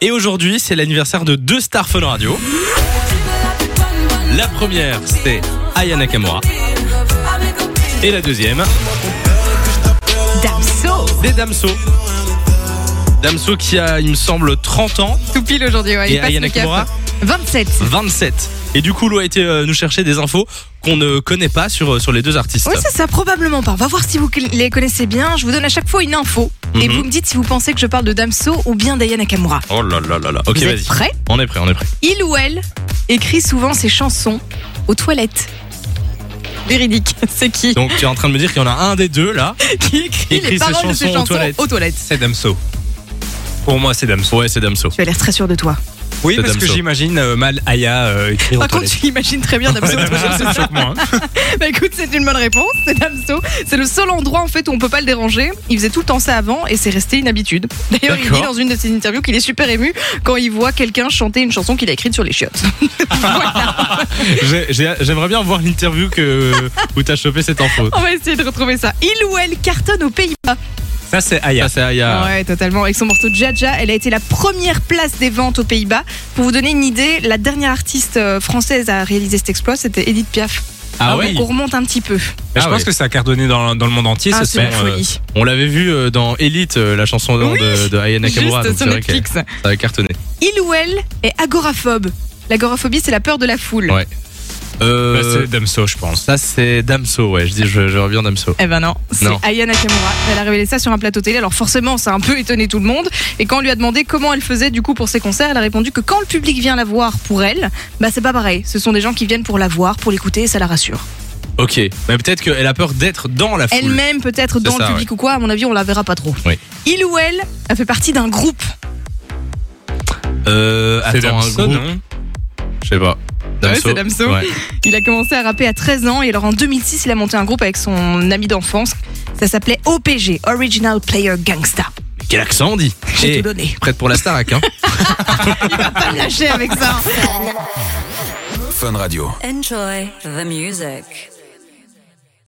Et aujourd'hui, c'est l'anniversaire de deux stars Fun Radio. La première, c'est Aya Nakamura. Et la deuxième, Damso c'est Damso. Damso qui a, il me semble, 30 ans Tout pile aujourd'hui, ouais, et il passe Aya le cap. Nakamura 27. 27. Et du coup, Lou a été euh, nous chercher des infos qu'on ne connaît pas sur, euh, sur les deux artistes. Oui, ça, ça, probablement pas. On va voir si vous cl- les connaissez bien. Je vous donne à chaque fois une info. Et Mhm. vous me dites si vous pensez que je parle de Damso ou bien d'Aya Nakamura. Oh là là là là. Ok, vous vas-y. êtes prêts On est prêt, on est prêt. Il ou elle écrit souvent ses chansons aux toilettes. Véridique, c'est qui Donc, tu es en train de me dire qu'il y en a un des deux là. qui écrit, écrit ses les paroles de chansons ses aux chansons aux toilettes. toilettes. C'est Damso. Pour moi, c'est Damso. Ouais, c'est Damso. Tu as l'air très sûr de toi. Oui, C'est parce que Damso. j'imagine euh, mal Aya euh, écrire Par aux contre, toilettes. tu imagines très bien Damso. Ça choque moins, hein. Bah écoute, c'est une bonne réponse, c'est Damso. C'est le seul endroit en fait où on peut pas le déranger. Il faisait tout le temps ça avant et c'est resté une habitude. D'ailleurs, il dit D'accord. dans une de ses interviews qu'il est super ému quand il voit quelqu'un chanter une chanson qu'il a écrite sur les chiottes. J'ai- j'ai- J'aimerais bien voir l'interview que où t'as chopé cette info. on va essayer de retrouver ça. Il ou elle cartonne aux Pays-Bas. Ça, c'est Aya. Ça, c'est Ah. Aya. Ouais, totalement. Avec son morceau Jaja, elle a été la première place des ventes aux Pays-Bas. Pour vous donner une idée, la dernière artiste euh, française à réaliser cet exploit, c'était Edith Piaf. Ah Donc, ouais. On remonte un petit peu. Mais Ah je pense ouais. que ça a cartonné dans, dans le monde entier. Ah, ce c'est une son, euh, folie. On l'avait vu euh, dans Elite, euh, la chanson de, Oui, de, de Aya Nakamura. Juste donc sur c'est vrai que Netflix. ça a cartonné. Il ou elle est agoraphobe. L'agoraphobie, c'est la peur de la foule. Ouais. Euh, bah, c'est Damso, je pense. ça, c'est Damso. Ouais, je dis, je, je reviens Damso. Eh ben non, c'est Non. Aya Nakamura. Elle a révélé ça sur un plateau télé. Alors forcément, ça a un peu étonné tout le monde. Et quand on lui a demandé comment elle faisait du coup pour ses concerts, elle a répondu que quand le public vient la voir pour elle, bah c'est pas pareil. Ce sont des gens qui viennent pour la voir, pour l'écouter, et ça la rassure. Ok. Bah, Mais peut-être qu'elle a peur d'être dans la foule. Elle-même peut-être C'est dans ça, le public ou quoi. À mon avis, on la verra pas trop. Oui. Il ou elle, elle fait partie d'un groupe. Euh, C'est attends, un Damso, groupe. non Je sais pas. Ouais, Ah c'est Damso. Ouais. Il a commencé à rapper à 13 ans et alors en 2006, il a monté un groupe avec son ami d'enfance. Ça s'appelait OPG, Original Player Gangsta. Quel accent on dit J'ai Eh, tout donné. Prête pour la Starac, hein Pas me lâcher avec ça. Enjoy the music.